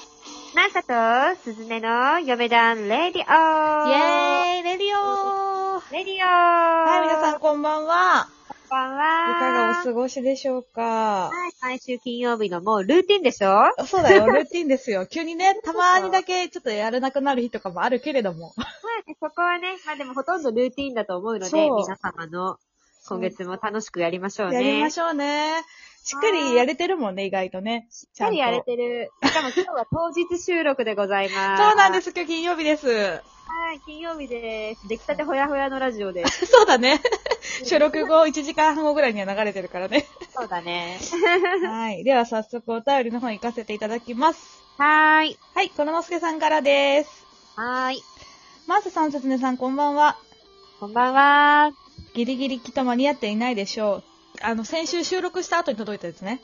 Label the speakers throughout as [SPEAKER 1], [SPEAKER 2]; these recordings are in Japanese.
[SPEAKER 1] ンサとすずめの嫁団レディオ
[SPEAKER 2] イェーイレディオー
[SPEAKER 1] レディオ
[SPEAKER 2] は、
[SPEAKER 1] はい
[SPEAKER 2] 皆さん
[SPEAKER 1] こん
[SPEAKER 2] こんばんは。
[SPEAKER 1] ばん
[SPEAKER 2] い
[SPEAKER 1] は。
[SPEAKER 2] かがお過ごしでしょうか
[SPEAKER 1] はい毎週金曜日のもうルーティンでしょ
[SPEAKER 2] そうだよ、ルーティンですよ。急にね、たまにだけちょっとやれなくなる日とかもあるけれども。
[SPEAKER 1] そこはね、まあでもほとんどルーティンだと思うので、
[SPEAKER 2] そう
[SPEAKER 1] 皆様の今月も楽しくやりましょうね。
[SPEAKER 2] やりましょうね。しっかりやれてるもんね、意外とね。し
[SPEAKER 1] しっかりやれてる。しかも今日は当日収録でございます。。
[SPEAKER 2] そうなんですす、今日金曜日です。
[SPEAKER 1] はい、金曜日です。出来たてほやほやのラジオ です。
[SPEAKER 2] そうだね。収録後1時間半後ぐらいには流れてるからね。
[SPEAKER 1] そうだね。
[SPEAKER 2] はい。では早速お便りの方行かせていただきます。
[SPEAKER 1] はーい。
[SPEAKER 2] はい、こののすけさんからです。
[SPEAKER 1] はーい。
[SPEAKER 2] マースさん、すずめさん、こんばんは。
[SPEAKER 1] こんばんは。
[SPEAKER 2] ギリギリきっと間に合っていないでしょう。あの、先週収録した後に届いたです ね。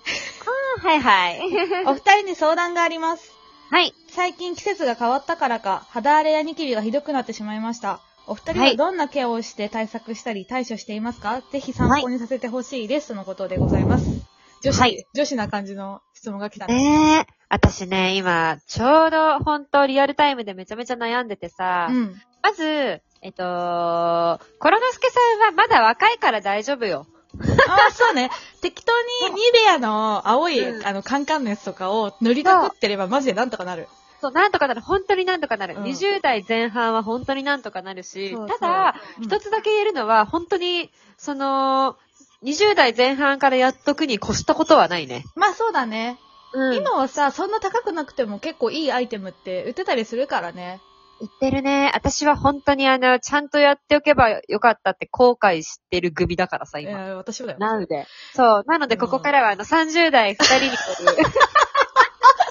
[SPEAKER 1] はいはい。
[SPEAKER 2] お二人に相談があります。
[SPEAKER 1] はい。
[SPEAKER 2] 最近季節が変わったからか、肌荒れやニキビがひどくなってしまいました。お二人
[SPEAKER 1] は
[SPEAKER 2] はいどんなケアをして対策したり対処していますか、ぜひ参考にさせてほしいです。のことでございます。女子、
[SPEAKER 1] はい
[SPEAKER 2] 女子な感じの質問が来たね。
[SPEAKER 1] ねえ。私ね、今、ちょうど本当リアルタイムでめちゃめちゃ悩んでてさ、
[SPEAKER 2] うん。
[SPEAKER 1] まず、えっと、コロノスケさんはまだ若いから大丈夫よ。
[SPEAKER 2] ああ、そうね。適当にニベアの青い、
[SPEAKER 1] うん
[SPEAKER 2] あの、カンカンのやつとかを塗りまくってればマジでなんとかなる。
[SPEAKER 1] そう、なんとかなる。本当になんとかなる。
[SPEAKER 2] うん
[SPEAKER 1] 20代前半は本当になんとかなるし、
[SPEAKER 2] そうそう
[SPEAKER 1] ただ、
[SPEAKER 2] うん
[SPEAKER 1] 一つだけ言えるのは、本当に、その、20代前半からやっとくに越したことはないね。
[SPEAKER 2] まあそうだね。
[SPEAKER 1] うん
[SPEAKER 2] 今はさ、そんな高くなくても結構いいアイテムって売ってたりするからね。
[SPEAKER 1] 言ってるね。私は本当にあの、ちゃんとやっておけばよかったって後悔してる組だからさ、
[SPEAKER 2] い
[SPEAKER 1] 今。
[SPEAKER 2] や、私もだよ。
[SPEAKER 1] なので。そう。なので、
[SPEAKER 2] うん
[SPEAKER 1] ここからは、あの、30代2人による、ス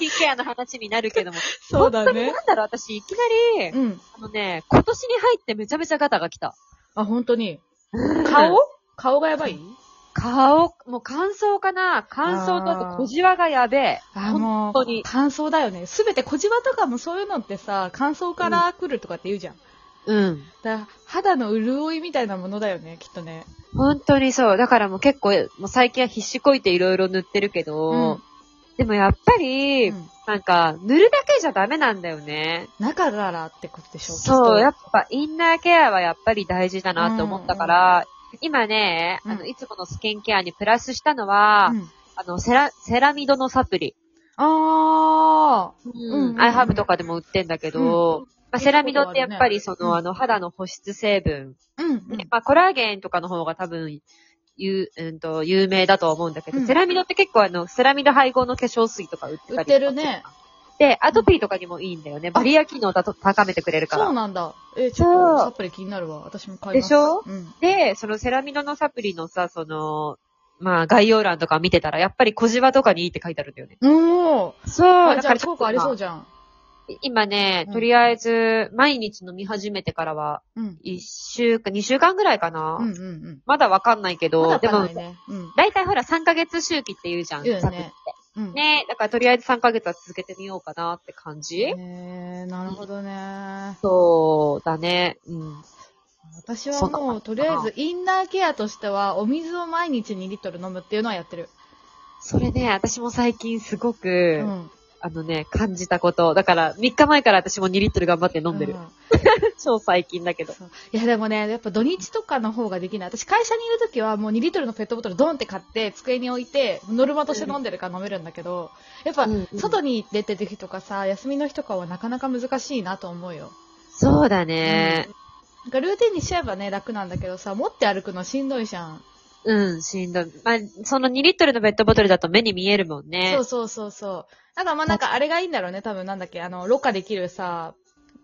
[SPEAKER 1] キンケアの話になるけども。
[SPEAKER 2] そうだ
[SPEAKER 1] 本当に
[SPEAKER 2] ね。
[SPEAKER 1] なんだろう、私、いきなり、
[SPEAKER 2] うん。
[SPEAKER 1] あのね、今年に入ってめちゃめちゃガタが来た。
[SPEAKER 2] あ、本当に。顔顔がやばい
[SPEAKER 1] 顔、もう乾燥かな乾燥とあと小じわがやべえ。
[SPEAKER 2] あ、も
[SPEAKER 1] 本
[SPEAKER 2] う、
[SPEAKER 1] 当に
[SPEAKER 2] 乾燥だよね。すべて小じわとかもそういうのってさ、乾燥から来るとかって言うじゃん。
[SPEAKER 1] うん。
[SPEAKER 2] だから肌の潤いみたいなものだよね、きっとね。
[SPEAKER 1] 本当にそう。だからもう結構、もう最近は必死こいていろいろ塗ってるけど、
[SPEAKER 2] うん
[SPEAKER 1] でもやっぱり、
[SPEAKER 2] うん
[SPEAKER 1] なんか、塗るだけじゃダメなんだよね。
[SPEAKER 2] 中からってことでしょ
[SPEAKER 1] そう、やっ
[SPEAKER 2] ぱ。
[SPEAKER 1] ぱインナーケアはやっぱり大事だなって思ったから、今ね、あ
[SPEAKER 2] う
[SPEAKER 1] の、
[SPEAKER 2] ん
[SPEAKER 1] いつものスキンケアにプラスしたのは、
[SPEAKER 2] うん
[SPEAKER 1] あの、セラ、セラミドのサプリ。
[SPEAKER 2] あー。んうん
[SPEAKER 1] アイハーブとかでも売ってんだけど、まあ、セラミドってやっぱりその、
[SPEAKER 2] うん
[SPEAKER 1] あの、肌の保湿成分、
[SPEAKER 2] うん、
[SPEAKER 1] ねまあ、コラーゲンとかの方が多分、ゆう、うんと、有名だと思うんだけど、
[SPEAKER 2] うん
[SPEAKER 1] セラミドって結構あの、セラミド配合の化粧水とか売ってたりとか
[SPEAKER 2] 売ってるね。
[SPEAKER 1] で、アトピーとかにもいいんだよね。バリア機能だと高めてくれるから。
[SPEAKER 2] そうなんだ。え、ちょっと
[SPEAKER 1] そう
[SPEAKER 2] サプリ気になるわ。私も買います。
[SPEAKER 1] でしょ
[SPEAKER 2] うん。
[SPEAKER 1] で、そのセラミドのサプリのさ、その、まあ、概要欄とか見てたら、やっぱり小じわとかにいいって書いてあるんだよね。
[SPEAKER 2] おー。
[SPEAKER 1] そう、
[SPEAKER 2] あ
[SPEAKER 1] だ
[SPEAKER 2] じ
[SPEAKER 1] か
[SPEAKER 2] ゃあ
[SPEAKER 1] らちょ
[SPEAKER 2] 効
[SPEAKER 1] っと
[SPEAKER 2] 果ありそう
[SPEAKER 1] 今
[SPEAKER 2] じゃん。
[SPEAKER 1] 今ね
[SPEAKER 2] う、ん
[SPEAKER 1] とりあえず、毎日飲み始めてからは、
[SPEAKER 2] うん。
[SPEAKER 1] 一週間、二週間ぐらいかな。
[SPEAKER 2] うんうん
[SPEAKER 1] まだわかんないけ
[SPEAKER 2] うん。
[SPEAKER 1] ど、
[SPEAKER 2] まだ
[SPEAKER 1] で
[SPEAKER 2] 足ら
[SPEAKER 1] も
[SPEAKER 2] ない、ね。うん。
[SPEAKER 1] だいたいほら3ヶ月周期って言うじゃん、
[SPEAKER 2] 言うよね
[SPEAKER 1] サプリって。
[SPEAKER 2] うん。
[SPEAKER 1] ねだからとりあえず3ヶ月は続けてみようかなって感じ、
[SPEAKER 2] ねえなるほどね。
[SPEAKER 1] そうだね。うん。
[SPEAKER 2] 私は
[SPEAKER 1] そうか
[SPEAKER 2] もう、とりあえず、インナーケアとしては、お水を毎日2リットル飲むっていうのはやってる。
[SPEAKER 1] それね、私も最近すご
[SPEAKER 2] う
[SPEAKER 1] く、
[SPEAKER 2] ん。
[SPEAKER 1] あのね、感じたこと。だから、3日前から私も2リットル頑張って飲んでる。
[SPEAKER 2] う
[SPEAKER 1] 超最近だけど。
[SPEAKER 2] そういや、でもね、やっぱ土日とかの方ができない。私、会社にいるときは、もう2リットルのペットボトルドンって買って、机に置いて、ノルマとして飲んでるから飲めるんだけど、やっぱ
[SPEAKER 1] うんうん、
[SPEAKER 2] 外に出てる日とかさ、休みの日とかはなかなか難しいなと思うよ。
[SPEAKER 1] そうだ
[SPEAKER 2] ね。なんかルーティンにしちゃえばね、楽なんだけどさ、持って歩くのしんどいじゃん。
[SPEAKER 1] うん、しんどい。まあ、その2リットルのペットボトルだと目に見えるもんね。
[SPEAKER 2] そうそうそうそう。なんかまあなんかあれがいいんだろうね、多分なんだっけ、あの、ろ過できるさ、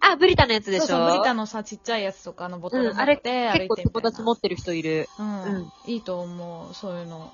[SPEAKER 1] あ、ブリタのやつでし
[SPEAKER 2] そ
[SPEAKER 1] ょ
[SPEAKER 2] うそう、ブリタのさ、ちっちゃいやつとかのボトル
[SPEAKER 1] う
[SPEAKER 2] 持
[SPEAKER 1] んあれ
[SPEAKER 2] って歩
[SPEAKER 1] 結
[SPEAKER 2] い
[SPEAKER 1] 構
[SPEAKER 2] てみた
[SPEAKER 1] 友
[SPEAKER 2] いな。
[SPEAKER 1] 達持ってる人いる。
[SPEAKER 2] うん、
[SPEAKER 1] うん
[SPEAKER 2] いいと思う、そういうの。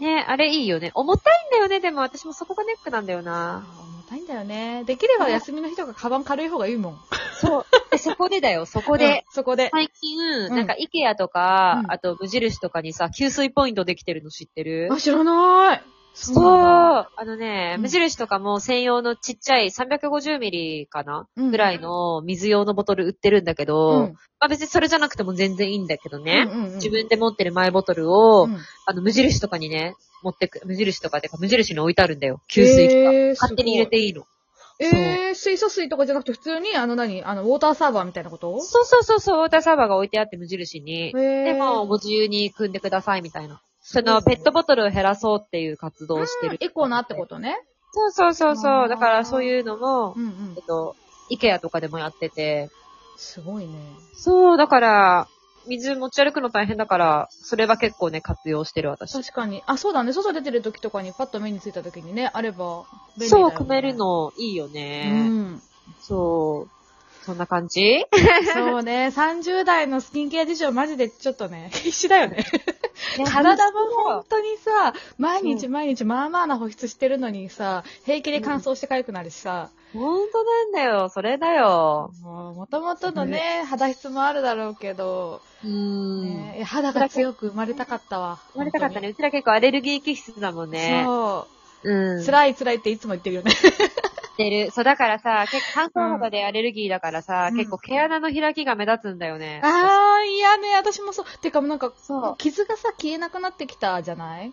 [SPEAKER 1] ね、あれいいよね。重たいんだよね、でも私もそこがネックなんだよな。
[SPEAKER 2] あ重たいんだよね。できれば休みの日とかカバン軽い方がいいもん。こ
[SPEAKER 1] そう。で、そこでだよ、そこ
[SPEAKER 2] こ
[SPEAKER 1] で。、
[SPEAKER 2] そこで。
[SPEAKER 1] 最近、
[SPEAKER 2] うん
[SPEAKER 1] なんか、イケアとか、
[SPEAKER 2] うん
[SPEAKER 1] あと、無印とかにさ、給水ポイントできてるの知ってる
[SPEAKER 2] あ、知らない。
[SPEAKER 1] そ
[SPEAKER 2] そうなんだ。
[SPEAKER 1] あのね、
[SPEAKER 2] うん
[SPEAKER 1] 無印とかも専用のちっちゃい350ミリかな
[SPEAKER 2] うん
[SPEAKER 1] ぐらいの水用のボトル売ってるんだけ
[SPEAKER 2] う
[SPEAKER 1] ど、
[SPEAKER 2] ん。
[SPEAKER 1] まあ別にそれじゃなくても全然いいんだけどね。
[SPEAKER 2] うんうんうん
[SPEAKER 1] 自分で持ってるマイボトルを、
[SPEAKER 2] うん
[SPEAKER 1] あの、無印とかにね、持ってく、無印とかってか、無印に置いてあるんだよ。給水器が。
[SPEAKER 2] へー
[SPEAKER 1] 勝手に入れていいの。
[SPEAKER 2] えー、水素水とかじゃなくて普通に、あの何、あの、ウォーターサーバーみたいなこと
[SPEAKER 1] そうそうそうそう、ウォーターサーバーが置いてあって無印に。
[SPEAKER 2] で
[SPEAKER 1] でも、ご自由に組んでくださいみたいな。その、ペットボトルを減らそうっていう活動をしてる。
[SPEAKER 2] エコなってことね。
[SPEAKER 1] そうそうそう
[SPEAKER 2] あ
[SPEAKER 1] そ
[SPEAKER 2] ー
[SPEAKER 1] う。だからそういうのも
[SPEAKER 2] う、んう
[SPEAKER 1] えっ。
[SPEAKER 2] ん
[SPEAKER 1] と、イケアとかでもやってて。
[SPEAKER 2] すごいね。
[SPEAKER 1] そう、だから、水持ち歩くの大変だから、それは結構ね、活用してる私。
[SPEAKER 2] 確かに。あ、そうだね。外出てる時とかにパッと目についた時にね、あれば便利だよ
[SPEAKER 1] そ
[SPEAKER 2] ね
[SPEAKER 1] う、組める。のいいよ
[SPEAKER 2] う
[SPEAKER 1] ね。
[SPEAKER 2] ん。
[SPEAKER 1] そう。そんな感じ
[SPEAKER 2] そうね。30代のスキンケア事情マジでちょっと ね、必死だよね。体
[SPEAKER 1] 体
[SPEAKER 2] も
[SPEAKER 1] も
[SPEAKER 2] 本当にさ、毎日
[SPEAKER 1] う
[SPEAKER 2] 毎日まあまあな保湿してるのにさ、平気で乾燥して痒くなるしさ、
[SPEAKER 1] 本当なんだよ、それだよ。
[SPEAKER 2] もう元々のね、肌質もあるだろうけど、
[SPEAKER 1] うーん。
[SPEAKER 2] ねえ肌が強く生まれたかったわ。
[SPEAKER 1] 生まれたかったね。うちら結構アレルギー気質だもん
[SPEAKER 2] 本当に。
[SPEAKER 1] ね。。
[SPEAKER 2] そうう。
[SPEAKER 1] ん。
[SPEAKER 2] 辛い辛いっていつも言ってるよね。
[SPEAKER 1] ってる。そう、だからさ、結構乾燥肌でアレルギーだからさ、
[SPEAKER 2] うん
[SPEAKER 1] 結構毛穴の開きが目立つんだよね。
[SPEAKER 2] あー、いやね、私もそう。てかもうなんか、
[SPEAKER 1] そ。
[SPEAKER 2] 傷がさ、消えなくなってきたじゃないう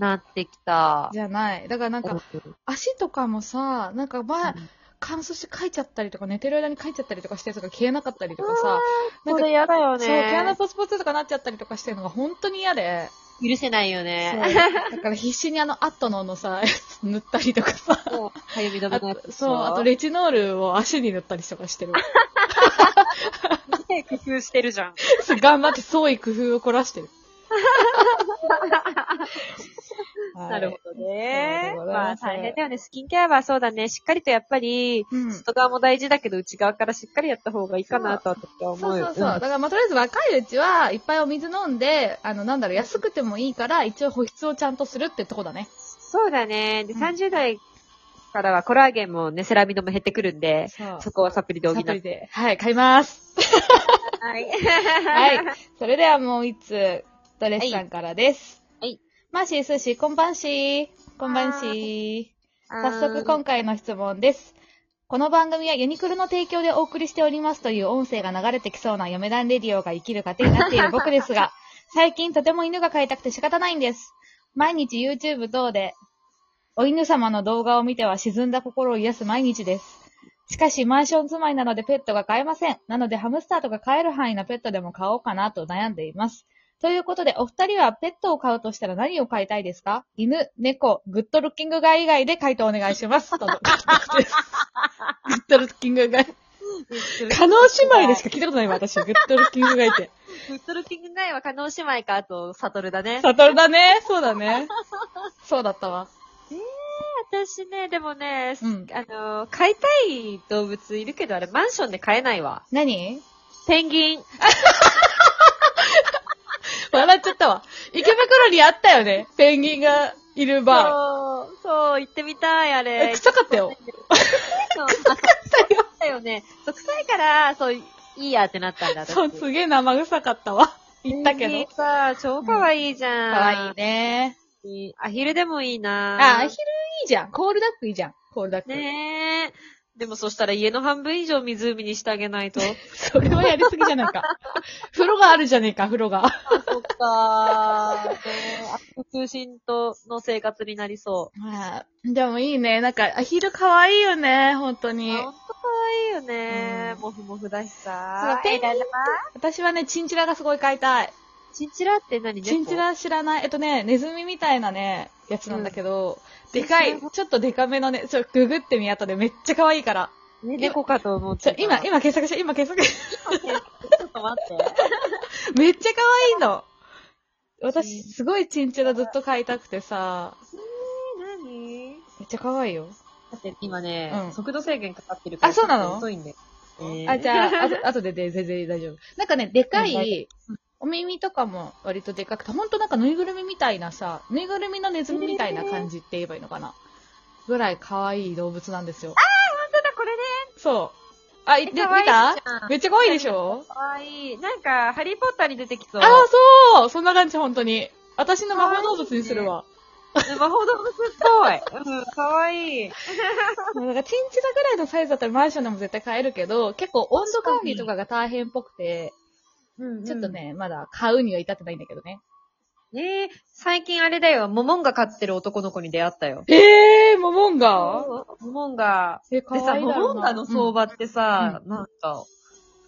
[SPEAKER 1] なってきた。
[SPEAKER 2] じゃない。だからなんか、足とかもさ、なんか前、乾燥して描いちゃったりとか、寝てる間に描いちゃったりとかしてるやつが消えなかったりとかさ、
[SPEAKER 1] それ嫌だよ
[SPEAKER 2] そう、毛穴
[SPEAKER 1] ね。
[SPEAKER 2] ポツポツとかなっちゃったりとかしてるのが本当に嫌で。
[SPEAKER 1] 許せないよ
[SPEAKER 2] そう
[SPEAKER 1] ね。
[SPEAKER 2] だから必死にあの、アットノのさ、 塗ったりとかさ。
[SPEAKER 1] そう。かゆみ止め
[SPEAKER 2] あ
[SPEAKER 1] のや
[SPEAKER 2] と
[SPEAKER 1] つ。
[SPEAKER 2] そう、あと
[SPEAKER 1] ね。
[SPEAKER 2] レチノールを足に塗ったりとかしてる。
[SPEAKER 1] 工夫してるじゃん。
[SPEAKER 2] 頑張って創意工夫を凝ら してる。はい
[SPEAKER 1] なるほどね。
[SPEAKER 2] そうでござい
[SPEAKER 1] まあ
[SPEAKER 2] ます
[SPEAKER 1] 大変だよね。スキンケアはそうだね。しっかりとやっぱり、
[SPEAKER 2] うん。そう
[SPEAKER 1] 外側も大事だけど、内側からしっかりやった方がいいかなと私は思
[SPEAKER 2] そうう
[SPEAKER 1] よ。
[SPEAKER 2] そう。だからまあとりあえず若いうちはいっぱいお水飲んで、あの、なんだろう、安くてもいいから、一応保湿をちゃんとするってとこだね。
[SPEAKER 1] そうだね。で、
[SPEAKER 2] うん
[SPEAKER 1] 30代からはコラーゲンもね、セラミドも減ってくるんで、
[SPEAKER 2] そう
[SPEAKER 1] そこはサプリで補っ
[SPEAKER 2] サプリ
[SPEAKER 1] て。
[SPEAKER 2] で。はい、買います。
[SPEAKER 1] はい。
[SPEAKER 2] はい。それではもう一つ、ドレスさんからです。
[SPEAKER 1] はい。
[SPEAKER 2] マーシー、スーシー、こんばんしー。こんばんしー。早速今回の質問です。この番組はユニクロの提供でお送りしておりますという音声が流れてきそうな嫁団レディオが生きる過程になっている僕ですが、最近とても犬が飼いたくて仕方ないんです。毎日 YouTube 等で、お犬様の動画を見ては沈んだ心を癒す毎日です。しかし、マンション住まいなのでペットが飼えません。なので、ハムスターとか飼える範囲のペットでも飼おうかなと悩んでいます。ということで、お二人はペットを飼うとしたら何を飼いたいですか犬、猫、グッドルッキングガイ以外で回答お願いし ます。とのことですグッドルッキングガイ。
[SPEAKER 1] カ
[SPEAKER 2] 可能姉妹でしか聞いたことないわ、私。グッドルッキングガイって。
[SPEAKER 1] フットルキングないは、カノ姉妹か、あと、サトルだね。
[SPEAKER 2] サトルだね。そうだね。そうだったわ。
[SPEAKER 1] 私ね、でもね、
[SPEAKER 2] うん
[SPEAKER 1] あのー、飼いたい動物いるけど、あれ、マンションで飼えないわ。
[SPEAKER 2] 何
[SPEAKER 1] ペンギン。
[SPEAKER 2] 笑っちゃったわ。池袋にあったよね。ペンギンがいるバ
[SPEAKER 1] そう、そう、行ってみたい、あ
[SPEAKER 2] ー。え
[SPEAKER 1] れ。
[SPEAKER 2] 臭かったよ。
[SPEAKER 1] そうあそうだよね。そう、臭いから、そう、いいやってなったんだ、私
[SPEAKER 2] そう、すげえ生臭かったわ。言ったけ
[SPEAKER 1] ペンギン
[SPEAKER 2] ど。
[SPEAKER 1] さ、超可愛いじゃん。
[SPEAKER 2] かわいいね。
[SPEAKER 1] ね。アヒルでもいいな
[SPEAKER 2] あ、昼いいじゃん。コールダックいいじゃん。コールダック。
[SPEAKER 1] ねえ。でもそしたら家の半分以上湖にしてあげ ないと。
[SPEAKER 2] それはやりすぎじゃないか。 風呂があるじゃねえか、風呂が。
[SPEAKER 1] そっかー。中心との生活になりそ
[SPEAKER 2] まあ、でもいいね。なんか、アヒル可愛いよね、本当
[SPEAKER 1] う。
[SPEAKER 2] に。
[SPEAKER 1] ほんと可愛いよね
[SPEAKER 2] う。ん
[SPEAKER 1] もふもふだし
[SPEAKER 2] そ
[SPEAKER 1] さ
[SPEAKER 2] う。ペンギン
[SPEAKER 1] えらいな
[SPEAKER 2] 私はね、チンチラがすごい飼いたい。
[SPEAKER 1] チンチラって何
[SPEAKER 2] チンチラ知らない。えっとね、ネズミみたいなね、やつなんだけど、でかい、ちょっとでかめのね、ちょ、ググってみ後でめっちゃ可愛いから。
[SPEAKER 1] 猫猫かと思っ
[SPEAKER 2] ちょ
[SPEAKER 1] て、た。
[SPEAKER 2] 今、今検索して、今検索。
[SPEAKER 1] ちょっと待って。
[SPEAKER 2] めっちゃ可愛いの。
[SPEAKER 1] う
[SPEAKER 2] 私、
[SPEAKER 1] ん
[SPEAKER 2] すごいチンチラずっと飼いたくてさ、
[SPEAKER 1] 何
[SPEAKER 2] めっちゃ可愛いよ。
[SPEAKER 1] だって今ね、
[SPEAKER 2] うん
[SPEAKER 1] 速度制限かかってるから。
[SPEAKER 2] あそうなの
[SPEAKER 1] ちょっと遅いんだよ。
[SPEAKER 2] あ、じゃ
[SPEAKER 1] あ。
[SPEAKER 2] あ、あと 後でで全然大丈夫。なんかね、でか
[SPEAKER 1] うん大
[SPEAKER 2] い、お耳とかも割とでかくて、ほんとなんかぬいぐるみみたいなさ、ぬいぐるみのネズミみたいな感じって言えばいいのかな。ぐらい可愛い動物なんですよ。
[SPEAKER 1] ただこれね、
[SPEAKER 2] そう。あ、いで見
[SPEAKER 1] 可愛いじゃ
[SPEAKER 2] た
[SPEAKER 1] ん
[SPEAKER 2] めっちゃ可愛いでしょ
[SPEAKER 1] 可愛いなんか、ハリーポッターに出てきそう。
[SPEAKER 2] ああ、そうそんな感じ、ほんとに。私の魔法動物にするわ。
[SPEAKER 1] 魔法動物っぽい。うん、かわいい。
[SPEAKER 2] もうなんかチンチラぐらいのサイズだったらマンションでも絶対買えるけど、結構温度管理とかが大変っぽくて、
[SPEAKER 1] うん
[SPEAKER 2] ちょっと。ね、まだ買うには至ってないんだけどね。
[SPEAKER 1] ねえ、最近あれだよ、モモンガ飼ってる男の子に出会ったよ。
[SPEAKER 2] えー、モモンガ
[SPEAKER 1] モモンガ。
[SPEAKER 2] え、
[SPEAKER 1] でさ、モモンガの相
[SPEAKER 2] 場、
[SPEAKER 1] 場ってさ、なんか、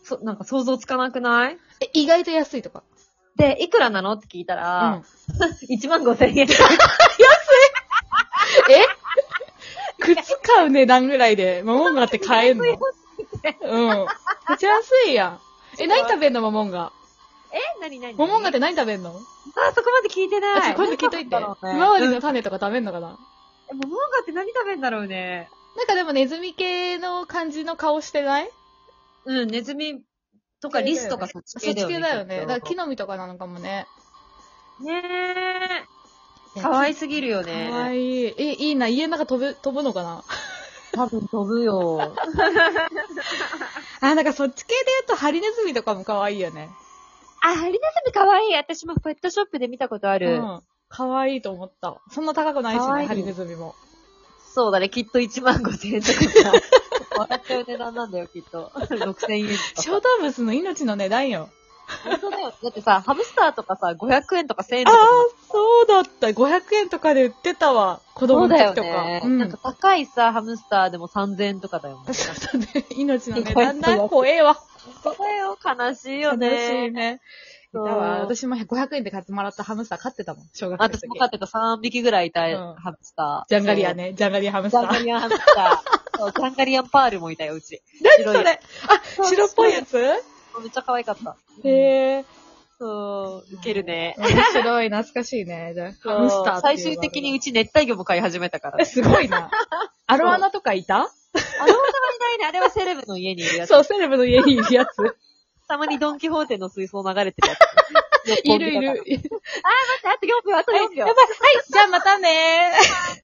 [SPEAKER 1] そ、なんか想像つかなくない
[SPEAKER 2] え、意外と安いとか。
[SPEAKER 1] で、いくらなのって聞いた
[SPEAKER 2] うん
[SPEAKER 1] ら、、1万5千円。
[SPEAKER 2] 靴買う値段ぐらいで、モモンガって買えんのうん。めっちゃ安いやん。え、何食べんの、モモンガ。
[SPEAKER 1] え何何
[SPEAKER 2] モモンガっ
[SPEAKER 1] で。
[SPEAKER 2] て何食べんの
[SPEAKER 1] あ、そこまで聞いて
[SPEAKER 2] あ、
[SPEAKER 1] な
[SPEAKER 2] ちょ、
[SPEAKER 1] い。
[SPEAKER 2] 今度聞いとい
[SPEAKER 1] 何食べ
[SPEAKER 2] て。ひ
[SPEAKER 1] ん
[SPEAKER 2] ま
[SPEAKER 1] だろ
[SPEAKER 2] わ
[SPEAKER 1] うね
[SPEAKER 2] りの種とか食べんのかな
[SPEAKER 1] えモモンガって何食べんだろうね。
[SPEAKER 2] なんかでもネズミ系の感じの顔してない
[SPEAKER 1] うん、ネズミとかリスとかそっち
[SPEAKER 2] そ
[SPEAKER 1] 系
[SPEAKER 2] っ
[SPEAKER 1] だ
[SPEAKER 2] ち
[SPEAKER 1] よね。
[SPEAKER 2] 系だよね。
[SPEAKER 1] き
[SPEAKER 2] だ
[SPEAKER 1] っ
[SPEAKER 2] から
[SPEAKER 1] と
[SPEAKER 2] 木の実とかなのかもね。
[SPEAKER 1] ねえ。かわいすぎるよ
[SPEAKER 2] か
[SPEAKER 1] ね。
[SPEAKER 2] わいい。え、いいな。家の中飛ぶ、飛ぶのかな
[SPEAKER 1] 多分飛ぶよ。
[SPEAKER 2] あ、なんかそっち系で言うとハリネズミとかもかわいいよね。
[SPEAKER 1] あ、ハリネズミかわいい。私もペットショップで見たことあ
[SPEAKER 2] う
[SPEAKER 1] る。
[SPEAKER 2] ん。かわいいと思った。そんな高くないし
[SPEAKER 1] かわい
[SPEAKER 2] ね、
[SPEAKER 1] い
[SPEAKER 2] ハリネズミも。
[SPEAKER 1] そうだね。きっと1万5千円とかさ。笑っちゃう値段なんだよ、きっ と。6千円とか。
[SPEAKER 2] 小動物の命の値段よ。
[SPEAKER 1] 本当だよ。だってさ、ハムスターとかさ、500円とか1000円
[SPEAKER 2] あ
[SPEAKER 1] と
[SPEAKER 2] あ
[SPEAKER 1] か。、
[SPEAKER 2] そうだった。500円とかで売ってたわ。子
[SPEAKER 1] そ
[SPEAKER 2] 供
[SPEAKER 1] う
[SPEAKER 2] の
[SPEAKER 1] だ
[SPEAKER 2] 時
[SPEAKER 1] よ
[SPEAKER 2] とか。
[SPEAKER 1] ね。
[SPEAKER 2] うん
[SPEAKER 1] なんか高いさ、ハムスターでも3000円とかだよ。
[SPEAKER 2] そうだね命の値
[SPEAKER 1] かわい
[SPEAKER 2] 段
[SPEAKER 1] そう
[SPEAKER 2] な。怖えわ。
[SPEAKER 1] そうだよ、悲しいよ
[SPEAKER 2] 楽しい
[SPEAKER 1] ね。
[SPEAKER 2] ね。だ
[SPEAKER 1] そう
[SPEAKER 2] わ。私も500円で買ってもらったハムスター飼ってたもん。小学生の
[SPEAKER 1] 私
[SPEAKER 2] 時
[SPEAKER 1] も。飼ってた3匹ぐらいいた
[SPEAKER 2] うん
[SPEAKER 1] ハムスター。
[SPEAKER 2] ジャンガリアね。ジャンガリアハムス
[SPEAKER 1] そ
[SPEAKER 2] タ
[SPEAKER 1] う。ジャンガ
[SPEAKER 2] ー。
[SPEAKER 1] リアンハムスター。そうジャンガリアンパールもいたよ、うち。
[SPEAKER 2] 何
[SPEAKER 1] 白
[SPEAKER 2] そ
[SPEAKER 1] い
[SPEAKER 2] れあ、白っぽいやつ
[SPEAKER 1] めっちゃ可愛かった。
[SPEAKER 2] へえ。
[SPEAKER 1] そう、ウケるね。
[SPEAKER 2] 面白い。懐かしいね。じゃあハムスターってい
[SPEAKER 1] 最
[SPEAKER 2] う
[SPEAKER 1] 終的にうち熱帯魚も飼い始めたから
[SPEAKER 2] え、。すごい な。アロアナとかい た
[SPEAKER 1] あの、お互いないね。あれはセレブの家にいるやつ。
[SPEAKER 2] そう、セレブの家にいるやつ。
[SPEAKER 1] たまにドンキホーテの水槽流れてるやつ。
[SPEAKER 2] いるいる。
[SPEAKER 1] あと4分、あと4
[SPEAKER 2] はい、
[SPEAKER 1] 秒
[SPEAKER 2] やばい。はい、じゃあまたねー。